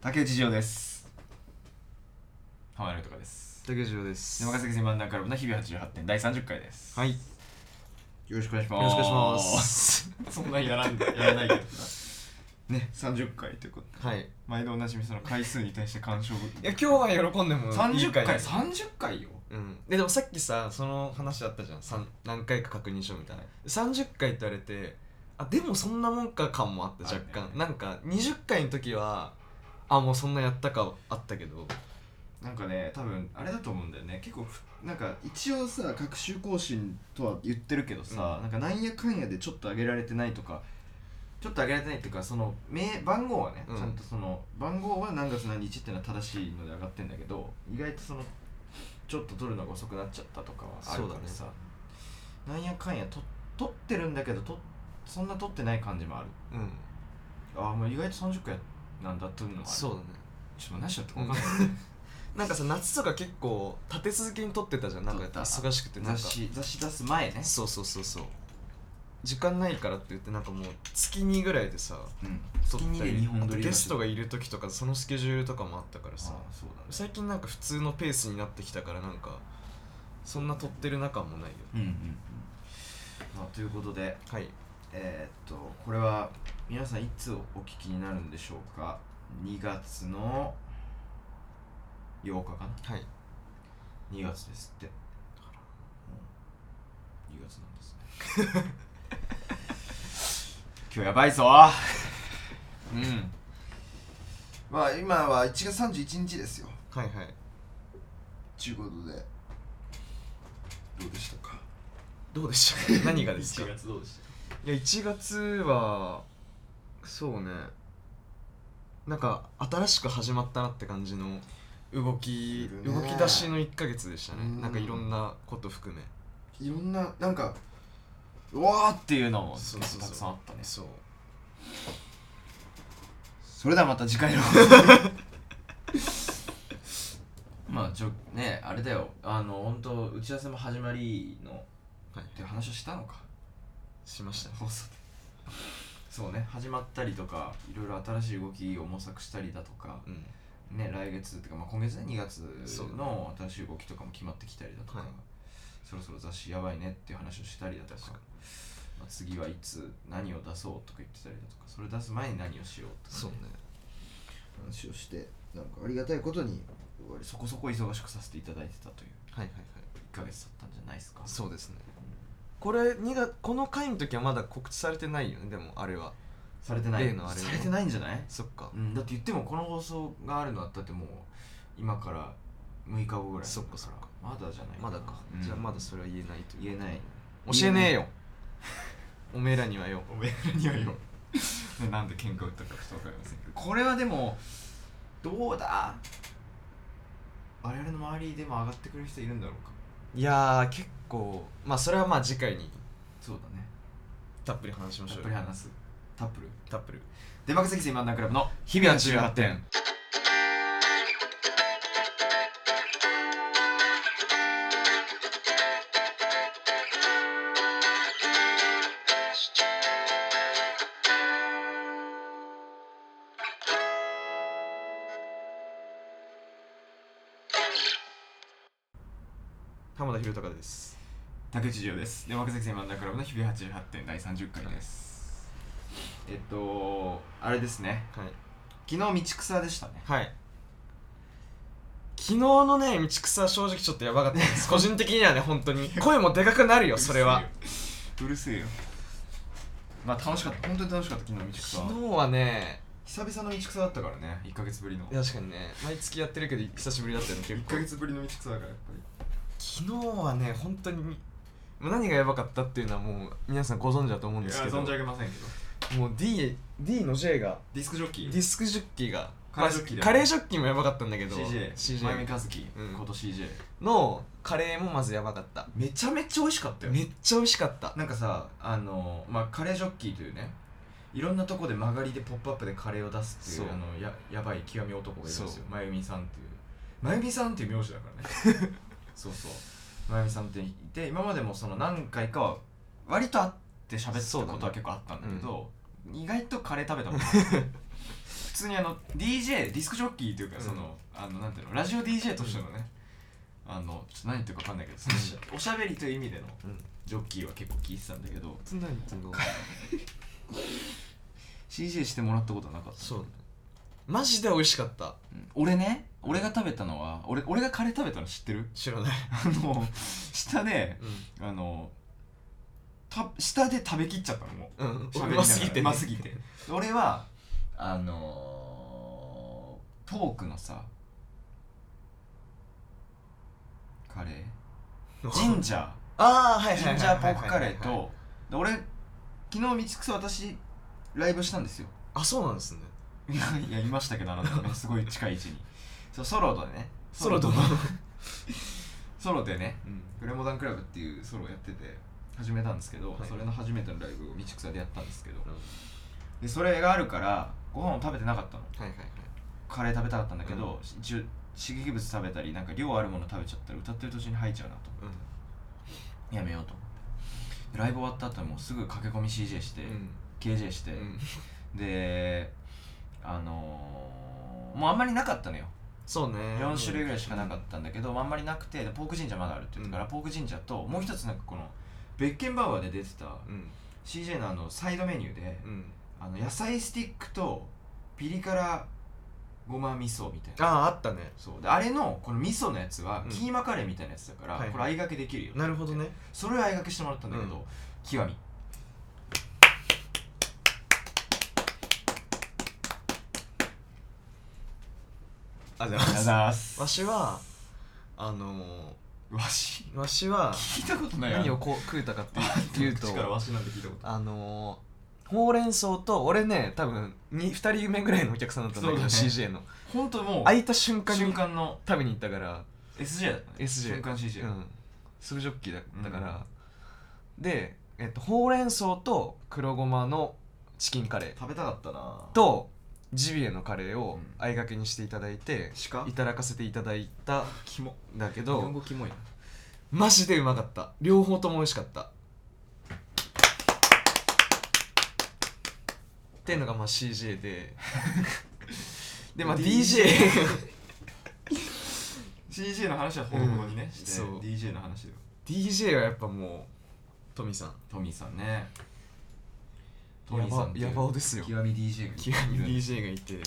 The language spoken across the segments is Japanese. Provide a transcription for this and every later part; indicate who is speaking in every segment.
Speaker 1: 竹内城です
Speaker 2: 浜野とかです。
Speaker 3: 竹城です。
Speaker 1: 山ヶ崎千万南クラブの日々88点第30回です
Speaker 3: はい。よ
Speaker 1: よろしくお願いし
Speaker 3: ろしくお願いしま
Speaker 1: ます
Speaker 3: す。
Speaker 1: そんなやらんやらないけどなね30回ということで
Speaker 3: はい。い
Speaker 1: 毎度おなじみその回数に対して干渉
Speaker 3: や今日は喜んでもいい
Speaker 1: 30回
Speaker 3: だよ
Speaker 1: 30回よ
Speaker 3: うん。ででもさっきさその話あったじゃん。三何回か確認しようみたいな。三十回って言われて、あでもそんなもんか感もあった
Speaker 1: ある
Speaker 3: 若
Speaker 1: ね
Speaker 3: 干。なんか二十回の時は。あもうそんなやったかあったけど
Speaker 1: なんかね多分あれだと思うんだよね結構ふなんか一応さ各週更新とは言ってるけどさ、なんかなんやかんやでちょっと上げられてないとかちょっと上げられてないっていうかその名番号はね、
Speaker 3: うん
Speaker 1: ちゃんとその番号は何月何日っていうのは正しいので上がってんだけど意外とそのちょっと取るのが遅くなっちゃったとかはあるからさ、なんやかんやと取ってるんだけどとそんな取ってない感じもある
Speaker 3: うん
Speaker 1: ああもう意外と30回なんだっていうのもある
Speaker 3: そうだね
Speaker 1: ちょっと何しちゃったか分かんない
Speaker 3: なんかさ夏とか結構立て続けに撮ってたじゃんなんか
Speaker 1: 撮った
Speaker 3: 忙しく てなん
Speaker 1: 雑
Speaker 3: か
Speaker 1: 誌雑誌出す前ね
Speaker 3: そうそうそうそう時間ないからって言ってなんかもう月にぐらいでさ
Speaker 1: うん
Speaker 3: 撮
Speaker 1: 月に
Speaker 3: った
Speaker 1: で
Speaker 3: り
Speaker 1: 2本撮り
Speaker 3: ゲストが
Speaker 1: い
Speaker 3: いる時とかそのスケジュールとかもあったから
Speaker 1: そ
Speaker 3: さ
Speaker 1: うだね
Speaker 3: 最近なんか普通のペースになってきたからなんかそんな撮ってる中もないよ
Speaker 1: うんうんうんまあということで
Speaker 3: はい
Speaker 1: えー、っとこれは皆さんいつお聞きになるんでしょうか2月の8日かな
Speaker 3: はい
Speaker 1: 2月ですってうん2月なんですね 今日やばいぞうんまあ今は1月31日ですよ
Speaker 3: はいはい
Speaker 1: ちゅうことでどうでしたか
Speaker 3: どうでしたか 何がですか
Speaker 1: 1月どうでし
Speaker 3: いや1月はそうねなんか新しく始まったなって感じの動き
Speaker 1: するね
Speaker 3: 動き出しの1ヶ月でした
Speaker 1: う
Speaker 3: ね
Speaker 1: ん
Speaker 3: なんかいろんなこと含め
Speaker 1: たいろんななんかうわーっていうのも
Speaker 3: そうそうそう
Speaker 1: たくさんあったね
Speaker 3: そう
Speaker 1: それではまた次回の まあちょねあれだよあの本当打ち合わせも始まりのっ
Speaker 3: はい
Speaker 1: て話をしたのか
Speaker 3: しましたね
Speaker 1: 放送でそうね始まったりとかいろいろ新しい動きを模索したりだとか
Speaker 3: うん
Speaker 1: ね、来月っていうか、まあ、今月ね2月
Speaker 3: そうだ
Speaker 1: の新しい動きとかも決まってきたりだとか、
Speaker 3: はい
Speaker 1: そろそろ雑誌やばいねっていう話をしたりだとか
Speaker 3: 確かに
Speaker 1: まあ、次はいつ何を出そうとか言ってたりだとかそれ出す前に何をしようとか、
Speaker 3: そうね
Speaker 1: 話をしてなんかありがたいことにそこそこ忙しくさせていただいてたという
Speaker 3: はいはいはい
Speaker 1: 1ヶ月だったんじゃないですか
Speaker 3: そうですねこれ2月この回の時はまだ告知されてないよねでもあれは
Speaker 1: されてない
Speaker 3: 例のあれね
Speaker 1: されてないんじゃない、
Speaker 3: そっか
Speaker 1: うん、だって言ってもこの放送があるのはだってもう今から6日後ぐらい
Speaker 3: そっかそっか
Speaker 1: まだじゃない
Speaker 3: まだか、
Speaker 1: うん
Speaker 3: じゃあまだそれは言えないという
Speaker 1: 言えない
Speaker 3: 教えねえよおめえらにはよ
Speaker 1: おめえらにはよ なんで喧嘩売ったかちょっとわかりませんけどこれはでもどうだ我々の周りでも上がってくれる人いるんだろうか
Speaker 3: いやー結構まあそれはまあ次回に
Speaker 1: そうだね
Speaker 3: たっぷり話しま
Speaker 1: タ
Speaker 3: し
Speaker 1: ッ
Speaker 3: ょう
Speaker 1: プル話すタップル
Speaker 3: タップル
Speaker 1: デマクセキセイ漫談クラブの
Speaker 3: 日々は18点浜田博隆です
Speaker 1: 竹内涼ですデマクセキセイ漫談クラブの日々88点第30回です、えっとあれですね
Speaker 3: はい
Speaker 1: 昨日道草でしたね
Speaker 3: はい昨日のね道草は正直ちょっとやばかったで す個人的にはね本当に声もでかくなるよそれは
Speaker 1: うるせえよまあ楽しかった本当に楽しかった昨日道草
Speaker 3: 昨日はね
Speaker 1: 久々の道草だったからね1ヶ月ぶりの
Speaker 3: 確かにね毎月やってるけど久しぶりだったよね結
Speaker 1: 1
Speaker 3: 構
Speaker 1: ヶ月ぶりの道草だからやっぱり
Speaker 3: 昨日はね本当にもう何がやばかったっていうのはもう皆さんご存知だと思うんですけど
Speaker 1: いや存じ上げませんけど
Speaker 3: もう D, D の J が
Speaker 1: ディスクジョッキ
Speaker 3: デ
Speaker 1: ー
Speaker 3: ィスクジョッキーが
Speaker 1: カレージョッキーだよね
Speaker 3: まあカレージョッキーもやばかったんだけど
Speaker 1: CJ 真由美和樹
Speaker 3: うん
Speaker 1: こと CJ
Speaker 3: のカレーもまずやばかった
Speaker 1: めちゃめちゃ美味しかったよ
Speaker 3: めっちゃ美味しかった
Speaker 1: なんかさあのまあカレージョッキーというねいろんなとこで曲がりでポップアップでカレーを出すっていう
Speaker 3: そう
Speaker 1: あのややばい極み男がいるんですよ
Speaker 3: そう
Speaker 1: 真由美さんっていう真由美さんっていう名字だ からねそうそう真由美さんっていて今までもその何回かは割と会 って喋ったことは結構あったんだけど意外とカレー食べたことない普通にあの DJ ディスクジョッキーというかその、あのなんていうのラジオ DJ としてのね、あのちょっと何言ってるか分かんないけどそのしおしゃべりという意味での
Speaker 4: うん
Speaker 1: ジョッキーは結構聞いてたんだけど
Speaker 3: つないっていうの
Speaker 1: CJ してもらったことはなかった
Speaker 3: そうねマジで美味しかった
Speaker 1: うん俺ね俺が食べたのは俺俺がカレー食べたの知ってる
Speaker 3: 知らない、
Speaker 1: あの下であのた下で食べきっちゃったのもう
Speaker 3: うん、うん
Speaker 1: 喋りながら
Speaker 3: うますぎて
Speaker 1: う
Speaker 3: ね
Speaker 1: ますぎて俺はあのー、ポークのさカレージンジャ
Speaker 3: ああは
Speaker 1: ー
Speaker 3: いはいはい
Speaker 1: ジ
Speaker 3: はい
Speaker 1: ンジャーポークカレー
Speaker 3: はいはい
Speaker 1: とで俺昨日道草私ライブしたんですよ
Speaker 3: あそうなんですね
Speaker 1: いやいやいましたけどあなたねすごい近い位置にそうソロでね
Speaker 3: ソロと
Speaker 1: で
Speaker 3: の
Speaker 1: ソロでねグレモダンクラブっていうソロをやってて始めたんですけど、
Speaker 3: はい
Speaker 1: それの初めてのライブを道草でやったんですけどでそれがあるからご飯を食べてなかったの
Speaker 3: はいはいはい
Speaker 1: カレー食べたかったんだけど、一応刺激物食べたりなんか量あるもの食べちゃったら歌ってる途中に吐いちゃうなと思ってやめようと思ってライブ終わった後はもうすぐ駆け込み CJ して、KJ して、
Speaker 3: うんうん
Speaker 1: であのー、もうあんまりなかったのよ
Speaker 3: そうね
Speaker 1: 4種類ぐらいしかなかったんだけど、あんまりなくてでポークジンジャーまだあるって言ったから、
Speaker 3: うん
Speaker 1: ポークジンジャーともう一つなんかこのベッケンバウアーで出てた
Speaker 3: うん、
Speaker 1: CJ のあのサイドメニューで、
Speaker 3: うん、
Speaker 1: あの野菜スティックとピリ辛ごま味噌みたい
Speaker 3: あ
Speaker 1: な
Speaker 3: ああったね
Speaker 1: そうであれのこの味噌のやつは
Speaker 3: うん
Speaker 1: キーマカレーみたいなやつだから、
Speaker 3: はいはい
Speaker 1: これ相掛けできるよ
Speaker 3: なるほどね
Speaker 1: それを相掛けしてもらったんだけど、
Speaker 3: うん
Speaker 1: 極み
Speaker 3: あじゃ
Speaker 1: ざー
Speaker 3: わ
Speaker 1: す
Speaker 3: しはあの
Speaker 1: わし
Speaker 3: ー、わしは
Speaker 1: 聞いたことない
Speaker 3: 何をこう食うた かっていうと
Speaker 1: 口からわしなんて聞いたこ
Speaker 3: あのー、ほうれん草と俺ね多分 2, 二人目ぐらいのお客さんだったんだけど、
Speaker 1: そうだね
Speaker 3: CJ の
Speaker 1: とほんともう
Speaker 3: 空いた瞬間に
Speaker 1: 瞬間の
Speaker 3: 食べに行ったから
Speaker 1: SJ だったね
Speaker 3: SJ
Speaker 1: 瞬間 CJ、
Speaker 3: うんスグジョッキーだったから、で、えっと、ほうれん草と黒ごまのチキンカレ
Speaker 1: 食べたかったな
Speaker 3: ーとジビエのカレーを
Speaker 1: うん
Speaker 3: あいがけにしていただいて、
Speaker 1: 鹿
Speaker 3: いただかせていただいたん
Speaker 1: キモ
Speaker 3: だけ
Speaker 1: 日本語
Speaker 3: ど
Speaker 1: キモいな
Speaker 3: マジでうまかった両方とも美味しかったっていうのがまあ CJ ででまあ DJ
Speaker 1: CJ の話はほどほどにね、
Speaker 3: うん
Speaker 1: して
Speaker 3: そう
Speaker 1: DJ の話で
Speaker 3: DJ はやっぱもうトミさん
Speaker 1: トミーさんねト
Speaker 3: や
Speaker 1: ミーさ
Speaker 3: ば
Speaker 1: んっていう
Speaker 3: やばおですよ
Speaker 1: 極み DJ が
Speaker 3: 極み DJ がいて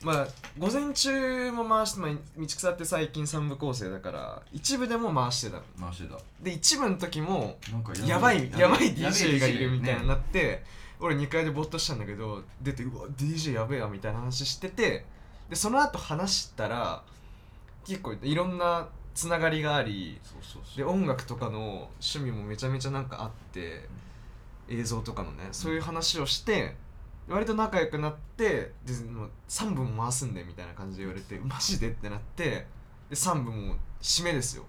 Speaker 3: まあ午前中も回して、まあ、道草って最近3部構成だから一部でも回してた
Speaker 1: 回してた
Speaker 3: で一部の時も
Speaker 1: なんか
Speaker 3: やばいやばい DJ がいるみたいにな
Speaker 1: ね
Speaker 3: って、俺2階でぼーっとしたんだけど出てうわ DJ やべえやみたいな話しててでその後話したら結構いろんなつながりがあり
Speaker 1: そうそうそう
Speaker 3: で音楽とかの趣味もめちゃめちゃなんかあって映像とかのねそういう話をして割と仲良くなってでもう3分回すんでみたいな感じで言われてマジでってなってで3分もう締めですよ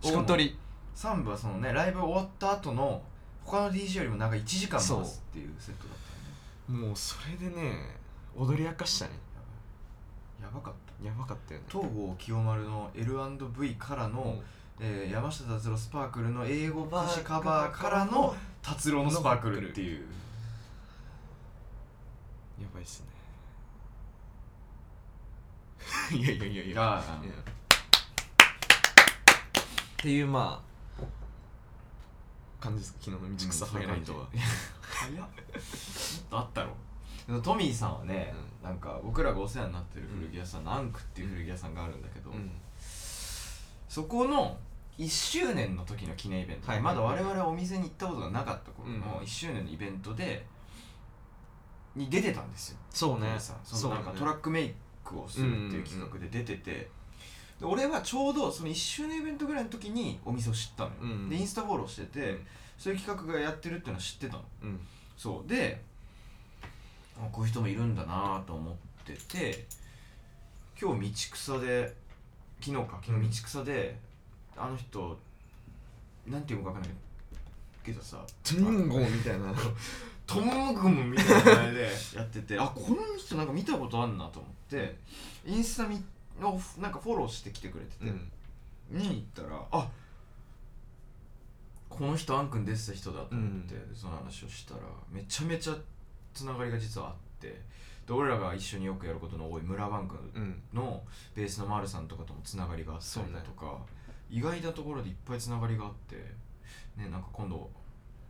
Speaker 1: しかも
Speaker 3: 大取り
Speaker 1: 3部はそのねライブ終わった後の他の DJ よりもなんか1時間
Speaker 3: そう
Speaker 1: 回すっていうセットだったよね
Speaker 3: もうそれでね踊り明かしたね
Speaker 1: やばいやばかった
Speaker 3: やばかったよね
Speaker 1: 東郷清丸の L&V からの、
Speaker 3: も
Speaker 1: えー山下達郎スパークルの英語歌詞カバーからの達郎のスパークルっていう
Speaker 3: うやばいっすね いやいやいやいや
Speaker 1: が
Speaker 3: いやっていうまあ感じです昨日の道草ハイライトは、
Speaker 1: うん早っもっとあったろでもトミーさんはね、なんか僕らがお世話になってる古着屋さんのアンクっていう古着屋さんがあるんだけど、
Speaker 3: うん
Speaker 1: そこの1周年の時の記念イベント、
Speaker 3: はい
Speaker 1: まだ我々お店に行ったことがなかった頃の
Speaker 3: うん
Speaker 1: 1周年のイベントでに出てたんですよ
Speaker 3: そう
Speaker 1: ト
Speaker 3: ね
Speaker 1: ミーさんそのなんかトラックメイクをするっていう企画で出てて、で俺はちょうどその1周年イベントぐらいの時にお店を知ったのよ、
Speaker 3: うん
Speaker 1: でインスタフォローしてて、
Speaker 3: うん
Speaker 1: そういう企画がやってるっていうのは知ってたの
Speaker 3: うん
Speaker 1: そうであこういう人もいるんだなと思ってて今日道草で昨日か昨日道草で、あの人なんていうのか分かんないけどさ
Speaker 3: トゥンゴみたいな
Speaker 1: トムグムみたいな名前で やっててあこの人なんか見たことあんなと思ってインスタみのなんかフォローしてきてくれてて、に行ったらあこの人あんくん出てた人だと思って、その話をしたらめちゃめちゃつながりが実はあってで俺らが一緒によくやることの多い村バンク
Speaker 3: うん
Speaker 1: のベースの丸さんとかともつながりがあったりだとか、意外なところでいっぱいつながりがあってねなんか今度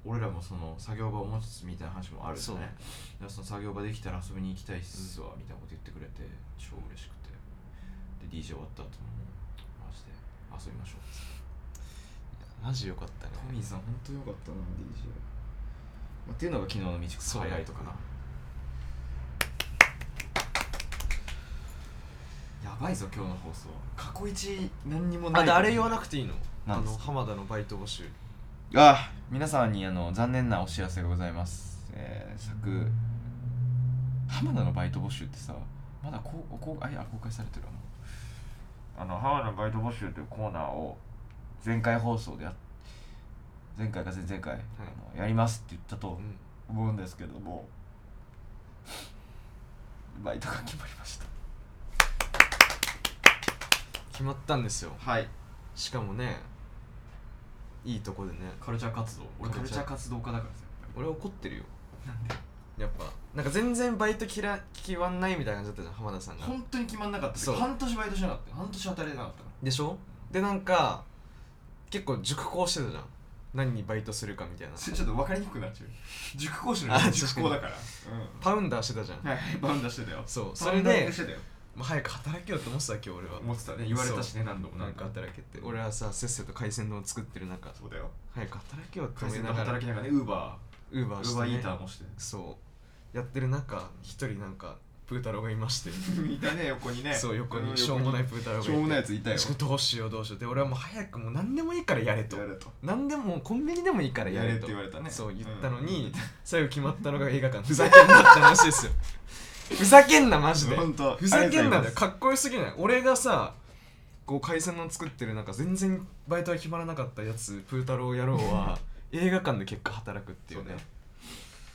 Speaker 1: 俺らもその作業場を持つみたいな話もある
Speaker 3: そ
Speaker 1: よ
Speaker 3: う
Speaker 1: ねだからその作業場できたら遊びに行きたいっすわみたいなこと言ってくれて超嬉しくてで DJ 終わった後もマジで遊びましょうっつって
Speaker 3: マジよかったね
Speaker 1: トミーさん
Speaker 4: 本当よかったな DJ、まあ、っていうのが昨日の道草
Speaker 3: そう
Speaker 4: ハイライトかな
Speaker 1: やばいぞ今日の放送過去一何にもない
Speaker 3: あであれ言わなくていいの
Speaker 1: な
Speaker 3: あ
Speaker 1: んです
Speaker 3: の浜田のバイト募集
Speaker 4: あ皆様にあの残念なお知らせがございます、えー、作浜田のバイト募集ってさまだこうこうあいや公開されてるあのあの浜田のバイト募集というコーナーを前回放送でやっ前回か前々回、あのやりますって言ったと
Speaker 3: うん
Speaker 4: 思うんですけどもバイトが決まりました
Speaker 3: 決まったんですよ
Speaker 1: はい
Speaker 3: しかもねいいとこでね
Speaker 1: カルチャー活動俺カル
Speaker 3: カル
Speaker 1: チ
Speaker 3: チ
Speaker 1: ャー
Speaker 3: ャー
Speaker 1: 活動家だからさ
Speaker 3: 俺怒ってるよやっぱなんか全然バイトきら決まんないみたいな感じだったじゃん浜田さんが
Speaker 1: 本当に決まんなかった
Speaker 3: そう
Speaker 1: 半年バイトしなかった半年働いてなかったか
Speaker 3: でしょでなんか結構熟考してたじゃん何にバイトするかみたいな
Speaker 1: らそれちょっと 分かりにくくなっちゃう塾講師の人
Speaker 3: あ
Speaker 1: 塾講だから
Speaker 3: パウンダーしてたじゃん
Speaker 1: うんはいバウンダーしてたよ
Speaker 3: そう
Speaker 1: バ
Speaker 3: そ
Speaker 1: ウ
Speaker 3: れ
Speaker 1: ンダー
Speaker 3: で
Speaker 1: してたよ
Speaker 3: まあ早く働けよって思ってた今日俺は
Speaker 1: 思ってたね言われたしね何度も
Speaker 3: なん
Speaker 1: 何
Speaker 3: か
Speaker 1: 度も
Speaker 3: 働けって俺はさせっせと海鮮丼を作ってる中
Speaker 1: そうだよ
Speaker 3: 早く働けよって
Speaker 1: 会
Speaker 3: 思い
Speaker 1: 社で
Speaker 3: ながら
Speaker 1: 働きながらねウーバ
Speaker 3: ウー
Speaker 1: ーウ
Speaker 3: バーし
Speaker 1: ー
Speaker 3: て、
Speaker 1: バ
Speaker 3: ね、
Speaker 1: ーイーターもして
Speaker 3: そうやってる中一人なんかプー太郎がいまして
Speaker 1: いたね横にね
Speaker 3: そう横にしょうもないプー太郎がいて
Speaker 1: しょうもないやついたよ
Speaker 3: しかもどうしようどうしようで俺はもう早くもう何でもいいからやれと
Speaker 1: やれと
Speaker 3: 何でもコンビニでもいいからや
Speaker 1: や
Speaker 3: れと
Speaker 1: れって言われたね
Speaker 3: そう
Speaker 1: うん
Speaker 3: 言ったのに、
Speaker 1: うん
Speaker 3: 最後決まったのが映画館ふざけんなって話 ですよふざけんなマジで
Speaker 1: 本当
Speaker 3: ふざけんな
Speaker 1: ありがとうござい
Speaker 3: だ
Speaker 1: ま
Speaker 3: よ
Speaker 1: す
Speaker 3: かっこよすぎない俺がさこう海鮮の作ってる中全然バイトが決まらなかったやつプー太郎野郎 は映画館で結果働くっていうね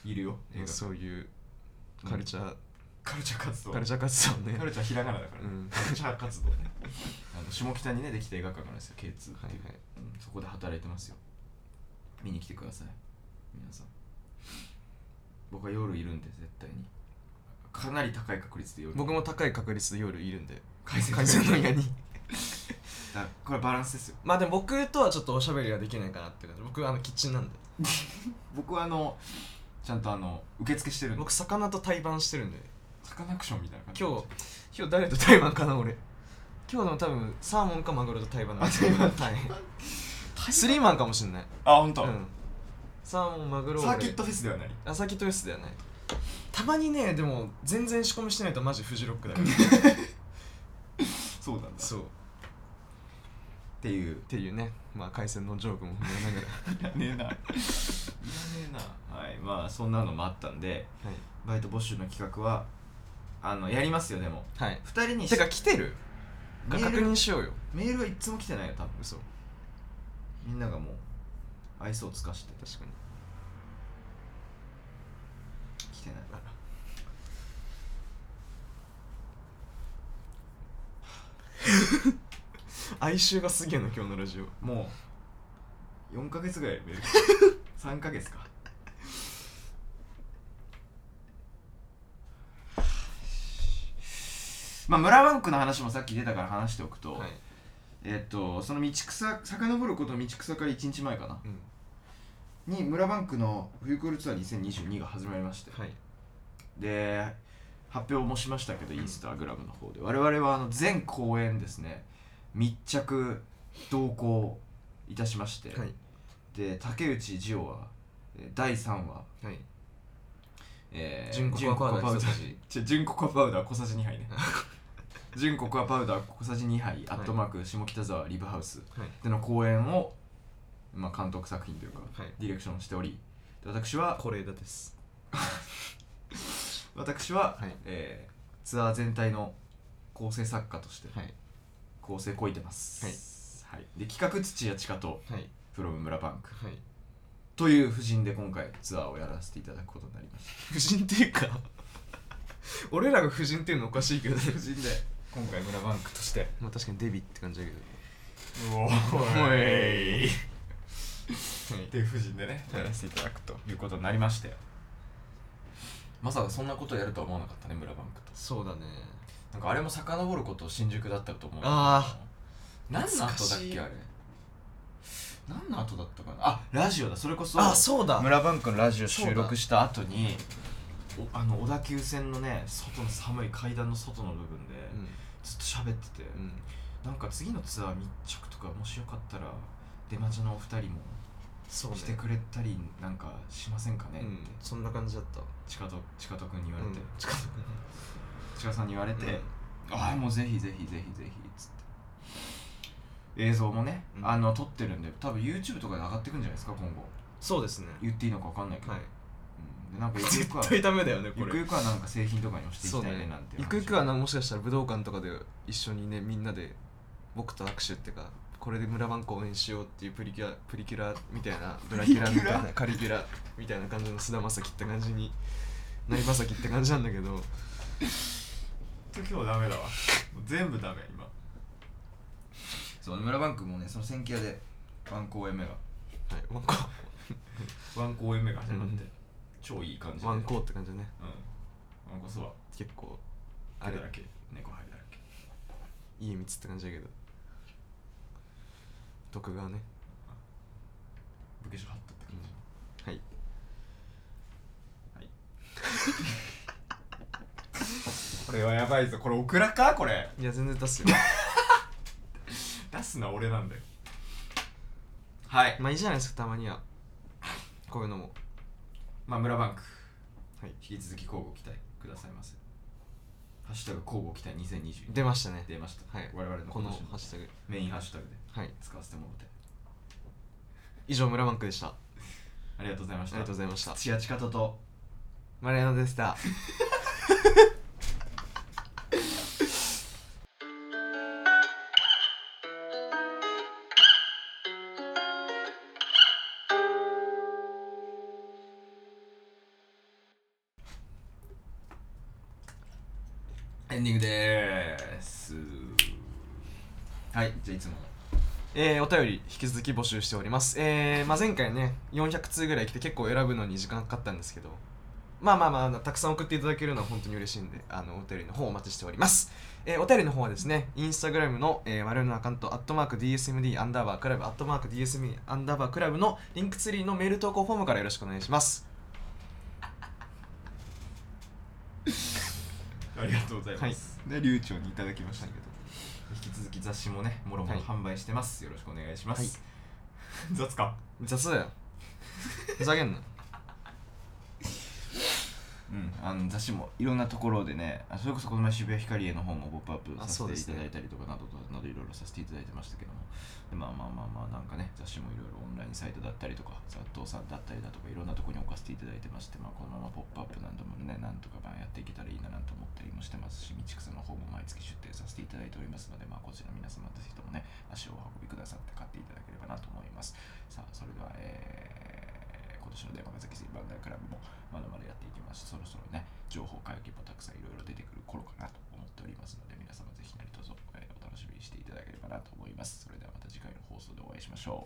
Speaker 1: いるよ映
Speaker 3: うん
Speaker 1: 画
Speaker 3: そういうカルチャー、
Speaker 1: カルチャー活動
Speaker 3: カルチャー活動ね
Speaker 1: カルチャーひらがなだから、
Speaker 3: うん
Speaker 1: カルチャー活動ね あの下北にねできた映画館があるんですよ K2 っていう、
Speaker 3: はいはい
Speaker 1: うんそこで働いてますよ見に来てください皆さん僕は夜いるんで絶対にかなり高い確率で夜
Speaker 3: 僕も高い確率で夜いるんで
Speaker 1: 海鮮
Speaker 3: 海鮮の屋に
Speaker 1: だこれバランスですよ
Speaker 3: まあでも僕とはちょっとおしゃべりができないかなっていう感じ僕あのキッチンなんで
Speaker 1: 僕はあのちゃんとあの受付してるんで
Speaker 3: 僕魚と対バンしてるんで
Speaker 1: サカナクションみたいな感じ
Speaker 3: 今日今日誰と対バンかな俺今日でも多分サーモンかマグロと対バンなんです
Speaker 1: あ対バン
Speaker 3: はいスリーマンかもしんない
Speaker 1: あ本当、
Speaker 3: うんサーモンマグロ
Speaker 1: サーキット
Speaker 3: 俺
Speaker 1: フェスではない
Speaker 3: あサーキットフェスではないたまにねでも全然仕込みしてないとマジフジロックだから
Speaker 1: そうなんだ
Speaker 3: そうっ
Speaker 1: っていう
Speaker 3: ていうねまあ海鮮のジョークも踏まえながら
Speaker 1: いらねえないらねえなはいまあそんなのもあったんでバイト募集の企画はあのやりますよでも
Speaker 3: はい、はい、
Speaker 1: 2人にして
Speaker 3: か来てる
Speaker 1: メ
Speaker 3: か
Speaker 1: ール
Speaker 3: 確認しようよ
Speaker 1: メールはいつも来てないよ多分
Speaker 3: 嘘
Speaker 1: みんながもう愛想を尽かして
Speaker 3: 確かに
Speaker 1: 来てない
Speaker 3: あら哀愁がすげえな今日のラジオ
Speaker 1: もう4ヶ月ぐらいメール 3ヶ月かまあ村バンクの話もさっき出たから話しておくと、
Speaker 3: はい、
Speaker 1: えっとその道草遡ること道草から1日前かな
Speaker 3: うん、
Speaker 1: に村バンクの冬クールツアー2022が始まりまして
Speaker 3: はい
Speaker 1: で発表もしましたけどインスタグラムの方で我々はあの全公演ですね密着同行いたしまして、
Speaker 3: はい
Speaker 1: で竹内ジオはえー第3話
Speaker 3: はい
Speaker 1: えー
Speaker 3: 純ココアパウダ
Speaker 1: 純コ
Speaker 3: ー
Speaker 1: コアちょ純ココアパウダー小さじ2杯ね 純ココアパウダー小さじ2杯、アットマーク下北沢リブハウス
Speaker 3: はい
Speaker 1: での公演を、まあ、監督作品というか
Speaker 3: はい
Speaker 1: ディレクションしておりで私は
Speaker 3: 是枝です
Speaker 1: 私は、
Speaker 3: はい
Speaker 1: えーツアー全体の構成作家として
Speaker 3: はい
Speaker 1: 構成こいてます、はいで企画土屋千佳と
Speaker 3: はい
Speaker 1: プロム村バンク
Speaker 3: はい
Speaker 1: という布陣で今回ツアーをやらせていただくことになりま し
Speaker 3: 夫人っていうか 俺らが夫人っていうのおかしいけどね
Speaker 1: た布陣で今回村バンクとして
Speaker 3: まあ確かにデビって感じだけど
Speaker 1: お
Speaker 3: お
Speaker 1: い
Speaker 3: い
Speaker 1: っていう布陣でねやらせていただくということになりましてまさかそんなことやるとは思わなかったね村バンクと
Speaker 3: そうだね
Speaker 1: なんかあれも遡ること新宿だったと思う
Speaker 3: あ
Speaker 1: 何の後だっけあれ何の後だったかなあラジオだそれこそ
Speaker 3: あそうだ
Speaker 1: 村バンクのラジオ収録した後におあの小田急線のね外の寒い階段の外の部分で
Speaker 3: うん
Speaker 1: ずっと喋ってて、
Speaker 3: うん
Speaker 1: なんか次のツアー密着とかもしよかったら出待ちのお二人も
Speaker 3: そうね
Speaker 1: してくれたりなんかしませんかねっ
Speaker 3: う
Speaker 1: て
Speaker 3: んそんな感じだった
Speaker 1: 近戸近戸君に言われて、
Speaker 3: うん近くね
Speaker 1: 近戸さんに言われて、
Speaker 3: うん
Speaker 1: ああもうぜひぜひぜひぜひつって映像もね、
Speaker 3: うん
Speaker 1: あの撮ってるんで多分 YouTube とかで上がってくんじゃないですか今後
Speaker 3: そうですね
Speaker 1: 言っていいのか分かんないけど、
Speaker 3: はい
Speaker 1: うん、で なんかゆくゆくは
Speaker 3: 絶対ダメだよねこ
Speaker 1: ゆく
Speaker 3: れ
Speaker 1: ゆくはなんか製品とかにもしてい
Speaker 3: そ
Speaker 1: き
Speaker 3: う
Speaker 1: たいね
Speaker 3: ね
Speaker 1: なんて
Speaker 3: ゆくゆくはなもしかしたら武道館とかで一緒にねみんなで僕と握手ってかこれで村番ン応援しようっていうプリキュラプリキュラみたいなドラキュラみたいなカリキュラみたいな感じの菅田将暉って感じに成田将暉って感じなんだけど
Speaker 1: 今日ダメだわ全部ダメ今そう村バンクもねその千家でワンコ OM が
Speaker 3: はい、ワンコ
Speaker 1: ワンコ OM が始まって、
Speaker 3: うん
Speaker 1: 超いい感じで
Speaker 3: ワンコって感じだね
Speaker 1: うんワンコそば
Speaker 3: 結構あ
Speaker 1: あ
Speaker 3: れ
Speaker 1: れだらけ猫入りだらけ
Speaker 3: いい蜜って感じだけど毒がね
Speaker 1: 武家所ハットって感じ、
Speaker 3: はい
Speaker 1: これはやばいぞこれオクラかこれ
Speaker 3: いや全然 出すよ
Speaker 1: 出すな俺なんだよはい
Speaker 3: まあいいじゃないですかたまにはこういうのも
Speaker 1: まあ村バンク
Speaker 3: はい
Speaker 1: 引き続き交互期待くださいませハッシュタグ交互期待2022
Speaker 3: 出ましたね
Speaker 1: 出ました、
Speaker 3: はい
Speaker 1: 我々の
Speaker 3: こ
Speaker 1: 今
Speaker 3: の
Speaker 1: 年
Speaker 3: ハ
Speaker 1: の
Speaker 3: ッシュタグ
Speaker 1: メインハッシュタグで
Speaker 3: はい
Speaker 1: 使わせてもらって
Speaker 3: 以上村バンクでしたあ
Speaker 1: ありがとうございまし
Speaker 3: り
Speaker 1: た
Speaker 3: がとうございました
Speaker 1: 土屋近人と
Speaker 3: マリアナでした
Speaker 1: エンディングでーすはいじゃあいつもの
Speaker 3: えー、お便り引き続き募集しております、えーまあ、前回ね400通ぐらい来て結構選ぶのに時間かかったんですけどまあまあまああのたくさん送っていただけるのは本当に嬉しいんであのお便りの方お待ちしております、えーお便りの方はですねインスタグラムの、えー、我々のアカウントアットマーク DSMD アンダーバークラブアットマーク DSMD アンダーバークラブのリンクツリーのメール投稿フォームからよろしくお願いします
Speaker 1: ありがとうございます、ね流暢にいただきましたけど引き続き雑誌もねもろもろ
Speaker 3: はい
Speaker 1: 販売してます、よろしくお願いします、 雑か
Speaker 3: 雑だよふざけんな
Speaker 1: うん、あの雑誌もいろんなところでねあそれこそこの前渋谷ヒカリエの方もポップアップ
Speaker 3: あ
Speaker 1: さ
Speaker 3: そうで
Speaker 1: せ
Speaker 3: す
Speaker 1: て
Speaker 3: ね
Speaker 1: いただいたりとかなどとなどいろいろさせていただいてましたけどもでまあまあまあまあなんかね雑誌もいろいろオンラインサイトだったりとか雑踏さんだったりだとかいろんなところに置かせていただいてまして、まあ、このままポップアップなんともねなんとか版やっていけたらいいななんて思ったりもしてますし道草の方も毎月出店させていただいておりますので、まあ、こちら皆様ぜひともね足をお運びくださって買っていただければなと思いますさあそれでは、えー今年の山崎水バンダイクラブもまだまだやっていきますそろそろね情報解禁もたくさんいろいろ出てくる頃かなと思っておりますので皆様ぜひ何卒、えーお楽しみにしていただければなと思いますそれではまた次回の放送でお会いしましょ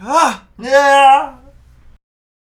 Speaker 1: う
Speaker 3: ああ
Speaker 1: ねえ